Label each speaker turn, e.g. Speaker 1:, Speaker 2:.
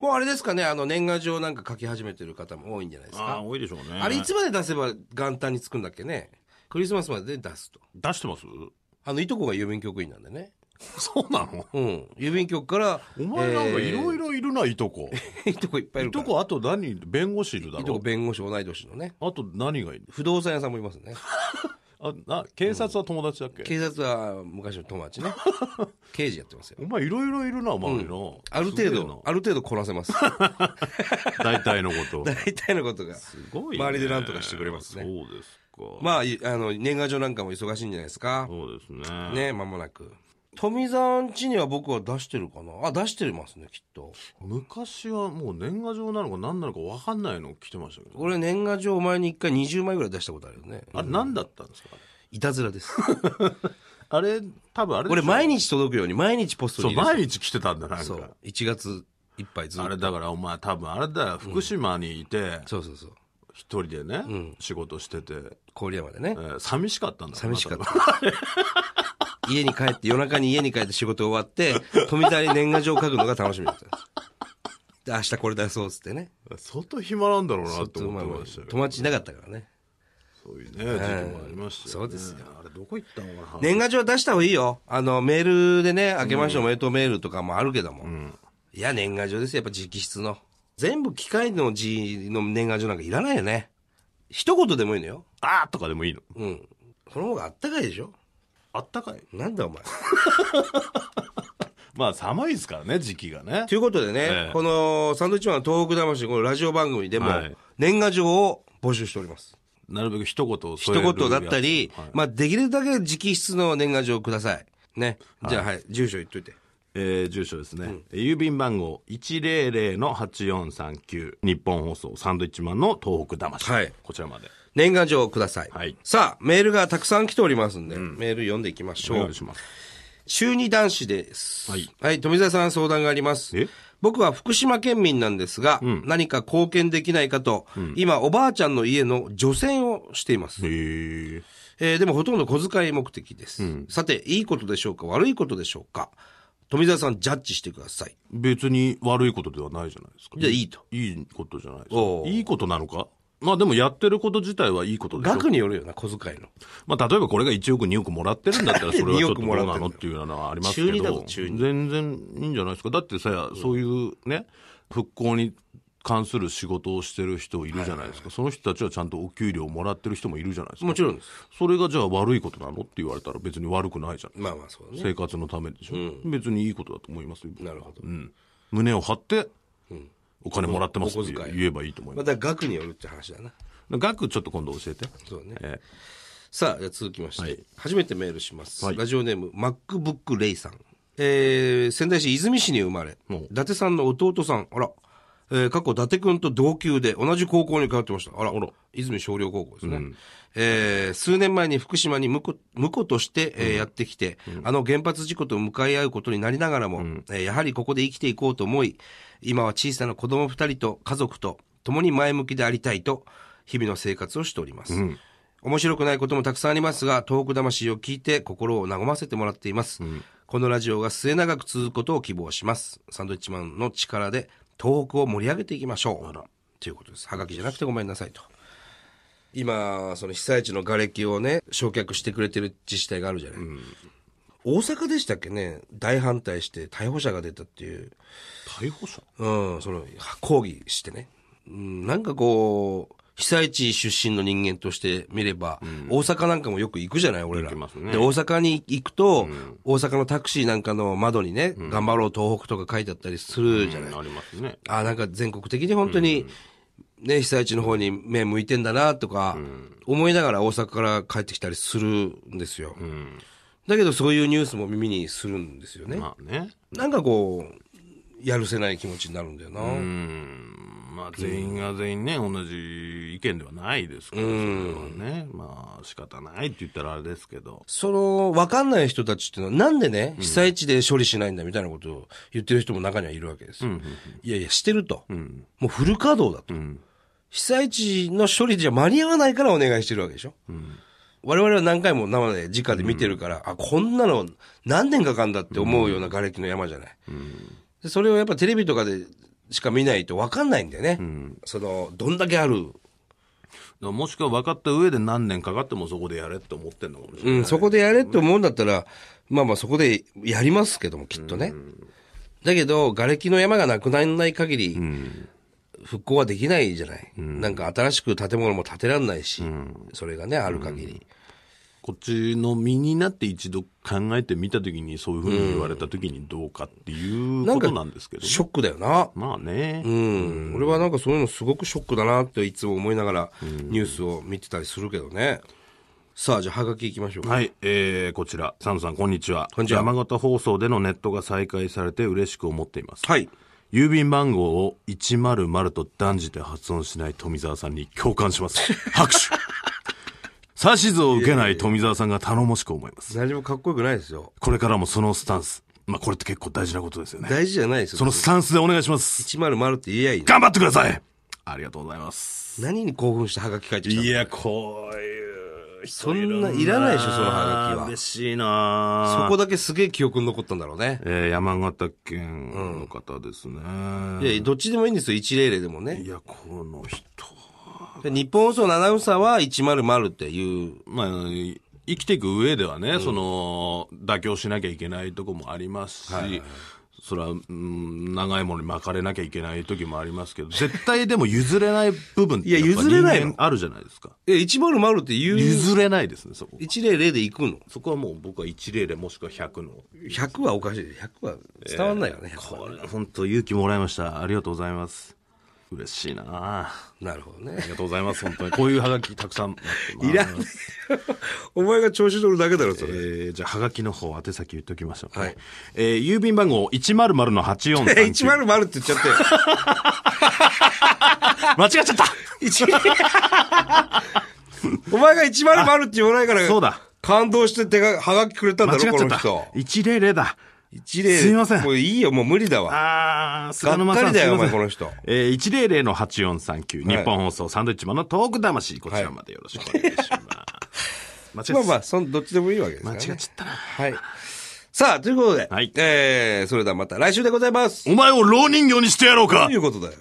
Speaker 1: もうあれですかね、あの年賀状なんか書き始めてる方も多いんじゃないです
Speaker 2: ああ、
Speaker 1: か。
Speaker 2: 多いでしょうね。
Speaker 1: あれいつまで出せば元旦につくんだっけね。クリスマスまでで出すと。
Speaker 2: 出し てます
Speaker 1: あの、いとこが郵便局員なんでね。
Speaker 2: そうなの
Speaker 1: うん。郵便局から。
Speaker 2: お前なんかいろい
Speaker 1: ろ。
Speaker 2: ろいるな、いとこ。
Speaker 1: いとこいっぱいいる
Speaker 2: い
Speaker 1: か
Speaker 2: と
Speaker 1: ら。
Speaker 2: こ、あと何弁護士いるだ
Speaker 1: いとこ
Speaker 2: ろ
Speaker 1: 弁護士同い年のね。
Speaker 2: あと何がいる
Speaker 1: 不動産屋さんもいますね。
Speaker 2: あ、な、警察は友達だっけ
Speaker 1: 警察は昔の友達 ね。刑事やってますよ。
Speaker 2: お前いろいろいるな、お前の。
Speaker 1: ある程度、ある程度こなせ ます。
Speaker 2: すげえな。大体の こと。
Speaker 1: 大体のことが。
Speaker 2: すごいね
Speaker 1: 周りで何とかしてくれますね
Speaker 2: そうですか。
Speaker 1: まあ、いあの、年賀状なんかも忙しいんじゃないですか。
Speaker 2: そうですね。
Speaker 1: ね、間もなく。富澤ん家には僕は出してるかなあ、出してますね、きっと。
Speaker 2: 昔はもう年賀状なのか何なのか分かんないの来てましたけど。
Speaker 1: 俺、年賀状を前に一回20枚ぐらい出したことあるよね。
Speaker 2: あれ何だったんですか
Speaker 1: いたずらです。
Speaker 2: あれ、多分あれでしょ
Speaker 1: これ毎日届くように、毎日ポスト
Speaker 2: そう、
Speaker 1: に入れて
Speaker 2: 毎日来てたんだ、なん
Speaker 1: そう
Speaker 2: か。
Speaker 1: 1月いっぱいずっ
Speaker 2: あ
Speaker 1: と
Speaker 2: れだからお前多分あれだよ、福島にいて、
Speaker 1: そうそうそう
Speaker 2: 一人でね、仕事してて、
Speaker 1: 郡山でね
Speaker 2: えー寂しかったんだろう
Speaker 1: 寂
Speaker 2: な
Speaker 1: しかった 家に帰って夜中に家に帰って仕事終わって富田に年賀状を書くのが楽しみだったんですで明日これ出そうっつってね
Speaker 2: 多分相当暇なんだろうなっ
Speaker 1: ず
Speaker 2: て
Speaker 1: っとまあ
Speaker 2: 思ってましたよ
Speaker 1: 友達いなかったからね
Speaker 2: そういうね、時期もありました
Speaker 1: そ
Speaker 2: よ、ね。
Speaker 1: うですよ。
Speaker 2: あれどこ行ったのかな、
Speaker 1: 年賀状は出した方がいいよあのメールでね明けましておめでとうメールとかもあるけども、いや年賀状ですよやっぱ直筆の全部機械の字の年賀状なんかいらないよね一言でもいいのよ
Speaker 2: あーとかでもいいの。
Speaker 1: うんその方があったかいでしょ
Speaker 2: あったかい。
Speaker 1: なん だお前
Speaker 2: まあ寒いですからね、時期がね
Speaker 1: と。いうことでね、
Speaker 2: ええ
Speaker 1: このサンドウィッチマンの東北魂、このラジオ番組でも
Speaker 2: はい、
Speaker 1: 年賀状を募集しております。
Speaker 2: なるべく一言を
Speaker 1: 一
Speaker 2: 添える
Speaker 1: 言だったり、
Speaker 2: やつはい
Speaker 1: まあ、できるだけ直筆の年賀状をください。ね。じゃあ、はい、住所言っといて。
Speaker 2: えー住所ですね、郵便番号100-8439日本放送サンドイッチマンの東北魂、
Speaker 1: はい
Speaker 2: こちらまで
Speaker 1: 年賀状をください。
Speaker 2: はい
Speaker 1: さあ、メールがたくさん来ておりますんで、メール読んでいきまし
Speaker 2: お
Speaker 1: ょ
Speaker 2: 願
Speaker 1: う
Speaker 2: い。します
Speaker 1: 中二男子です。
Speaker 2: はい。
Speaker 1: 富澤さん相談があります
Speaker 2: え。
Speaker 1: 僕は福島県民なんですが、何か貢献できないかと、今、おばあちゃんの家の除染をしています。
Speaker 2: へえ
Speaker 1: えーでもほとんど小遣い目的です、さて、いいことでしょうか悪いことでしょうか富澤さん、ジャッジしてください。
Speaker 2: 別に悪いことではないじゃないですか
Speaker 1: じゃあいいと
Speaker 2: いいことじゃないです
Speaker 1: お
Speaker 2: か
Speaker 1: う
Speaker 2: いいことなのかまあでもやってること自体はいいことでしょ
Speaker 1: 額によるよな、小遣いの。
Speaker 2: まあ例えばこれが1億2億もらってるん だったらそれはちょっとどう
Speaker 1: な
Speaker 2: な
Speaker 1: で2億もら
Speaker 2: んの
Speaker 1: っ
Speaker 2: ってていうのはありますけ
Speaker 1: 中二だ
Speaker 2: ど
Speaker 1: ぞ中二
Speaker 2: 全然いいんじゃないですかだってさそういうね復興に関する仕事をしてる人いるじゃないですかその人たちはちゃんとお給料もらってる人もいるじゃないですか
Speaker 1: もちろんです。
Speaker 2: それがじゃあ悪いことなのって言われたら別に悪くないじゃん
Speaker 1: まあまあそうだね。
Speaker 2: 生活のためでしょ別にいいことだと思いますよ
Speaker 1: なるほど。
Speaker 2: 胸を張ってお金もらってます
Speaker 1: お
Speaker 2: っ
Speaker 1: 小
Speaker 2: て
Speaker 1: 遣い
Speaker 2: 言えばいいと思い
Speaker 1: ま
Speaker 2: ま
Speaker 1: あだから額によるって話だな。
Speaker 2: す額ちょっと今度教えて
Speaker 1: そうね。
Speaker 2: え
Speaker 1: さあ、じゃあ続きまして、
Speaker 2: はい
Speaker 1: 初めてメールします。
Speaker 2: はい
Speaker 1: ラジオネーム、MacBook レイさん。えー、仙台市泉市に生まれ、
Speaker 2: お
Speaker 1: 伊達さんの弟さん、あら、えー、過去伊達くんと同級で同じ高校に通ってました。あら、泉商業高校ですね。えー、数年前に福島に婿婿として、えーやってきて、あの原発事故と向かい合うことになりながらも、えーやはりここで生きていこうと思い、今は小さな子供二人と家族と共に前向きでありたいと、日々の生活をしております。面白くないこともたくさんありますが、東北魂を聞いて心を和ませてもらっています。このラジオが末永く続くことを希望します。サンドイッチマンの力で東北を盛り上げていきましょう。ということです。はがきじゃなくてごめんなさいと。今、その被災地の瓦礫をね、焼却してくれてる自治体があるじゃない。大阪でしたっけね、大反対して逮捕者が出たっていう。
Speaker 2: 逮捕者
Speaker 1: うん、その、抗議してね。うん、なんかこう、被災地出身の人間として見れば、大阪なんかもよく行くじゃない、俺ら。
Speaker 2: 行きますね
Speaker 1: で、大阪に行くと、大阪のタクシーなんかの窓にね、頑張ろう東北とか書いてあったりするじゃない。
Speaker 2: ありますね
Speaker 1: あなんか全国的に本当に、ね、被災地の方に目向いてんだなとか、思いながら大阪から帰ってきたりするんですよ。だけどそういうニュースも耳にするんですよね。
Speaker 2: まあね
Speaker 1: なんかこう、やるせない気持ちになるんだよな。
Speaker 2: うんまあ全員が全員ね、同じ意見ではないですから、それはね、まあ仕方ないって言ったらあれですけど、
Speaker 1: その、わかんない人たちっていうのは、なんでね、被災地で処理しないんだみたいなことを言ってる人も中にはいるわけですよ。いやいや、してると。もうフル稼働だと。被災地の処理じゃ間に合わないからお願いしてるわけでしょ。我々は何回も生で、直で見てるから、あ、こんなの何年かかんだって思うような瓦礫の山じゃない。でそれをやっぱテレビとかでしか見ないと分かんないんだよね。その、どんだけある。
Speaker 2: らもしくは分かった上で何年かかってもそこでやれって思ってんのかもしれ
Speaker 1: う
Speaker 2: ない。
Speaker 1: ん、そこでやれって思うんだったら、まあまあそこでやりますけども、きっとね。だけど、瓦礫の山がなくならない限り、復興はできないじゃない。なんか新しく建物も建てらんないし、それがね、ある限り。
Speaker 2: こっちの身になって一度考えてみたときに、そういうふうに言われたときにどうかっていうことなんですけどね、
Speaker 1: ショックだよな。
Speaker 2: まあね、
Speaker 1: うん、俺はなんかそういうのすごくショックだなっていつも思いながらニュースを見てたりするけどね。さあ、じゃあ、はがきいきましょうか。
Speaker 2: はい、えー、こちら、サムさん、こんにちは。
Speaker 1: こんにちは
Speaker 2: 山形放送でのネットが再開されて嬉しく思っています。
Speaker 1: はい。
Speaker 2: 郵便番号を100と断じて発音しない富澤さんに共感します。 拍手指図を受けない富澤さんが頼もしく思います。
Speaker 1: 何もかっこよくないですよ。
Speaker 2: これからもそのスタンス。まあ、これって結構大事なことですよね。
Speaker 1: 大事じゃないですよ。
Speaker 2: そのスタンスでお願いします。
Speaker 1: 100って言えやいいの。
Speaker 2: 頑張ってくださいありがとうございます。
Speaker 1: 何に興奮してはがき書いてきたの
Speaker 2: いや、こういう。
Speaker 1: そんないらないでしょそのハガキは
Speaker 2: 嬉しいな
Speaker 1: そこだけすげえ記憶に残ったんだろうね。
Speaker 2: えー山形県の方ですね。
Speaker 1: いや、どっちでもいいんですよ。100でもね
Speaker 2: い。や、この人。
Speaker 1: で日本放送のアナウンサーは100っていう。
Speaker 2: まあ、生きていく上ではね、その、妥協しなきゃいけないとこもありますし、それは、うん、長いものに巻かれなきゃいけない時もありますけど、絶対でも譲れない部分って
Speaker 1: いや
Speaker 2: っぱ
Speaker 1: 譲れないの
Speaker 2: 人間あるじゃないですか。
Speaker 1: え、100って言う。
Speaker 2: 譲れないですね、そこ。
Speaker 1: 100で行くの。
Speaker 2: そこはもう僕は100でもしくは100の。
Speaker 1: 100はおかしい。100は伝わんないよね。100は
Speaker 2: これ、本当勇気もらいました。ありがとうございます。嬉しいなあ
Speaker 1: なるほどね。
Speaker 2: りがとうございます、本当に。こういうハガキたくさん待ってます。
Speaker 1: いらん お前が調子乗るだけだろ、そ
Speaker 2: え
Speaker 1: れ。
Speaker 2: ーじゃあ、はがきの方、宛先言っときましょうかね。
Speaker 1: はい
Speaker 2: えー郵便番号100-8439。
Speaker 1: え、100って言っちゃって。
Speaker 2: 間違っちゃ った
Speaker 1: お前が100って言わないから、
Speaker 2: そうだ。
Speaker 1: 感動して手が、はがきくれたん
Speaker 2: 間
Speaker 1: だ
Speaker 2: 違っちゃ
Speaker 1: ろ、こ
Speaker 2: っ
Speaker 1: の
Speaker 2: た
Speaker 1: 人。。
Speaker 2: 100だ。
Speaker 1: 100。
Speaker 2: すいません
Speaker 1: もういいよ、もう無理だわ。
Speaker 2: あー、菅
Speaker 1: がっ
Speaker 2: 沼
Speaker 1: か
Speaker 2: さ
Speaker 1: り
Speaker 2: ん。
Speaker 1: だよ、お前、
Speaker 2: すい
Speaker 1: こ
Speaker 2: ま
Speaker 1: の
Speaker 2: せん
Speaker 1: 人。
Speaker 2: えー、100-8439、日本放送サンドイッチマンのトーク魂、こちらまでよろしくお願いします。間
Speaker 1: まあ
Speaker 2: 違 え
Speaker 1: ま
Speaker 2: た。
Speaker 1: あ、そんどっちでもいいわけですか
Speaker 2: 間
Speaker 1: ら
Speaker 2: 違
Speaker 1: ね。
Speaker 2: っちゃったな。
Speaker 1: はい。さあ、ということで、
Speaker 2: はい
Speaker 1: えー、それではまた来週でございます。
Speaker 2: お前を老人形にしてやろうか
Speaker 1: ということだよ。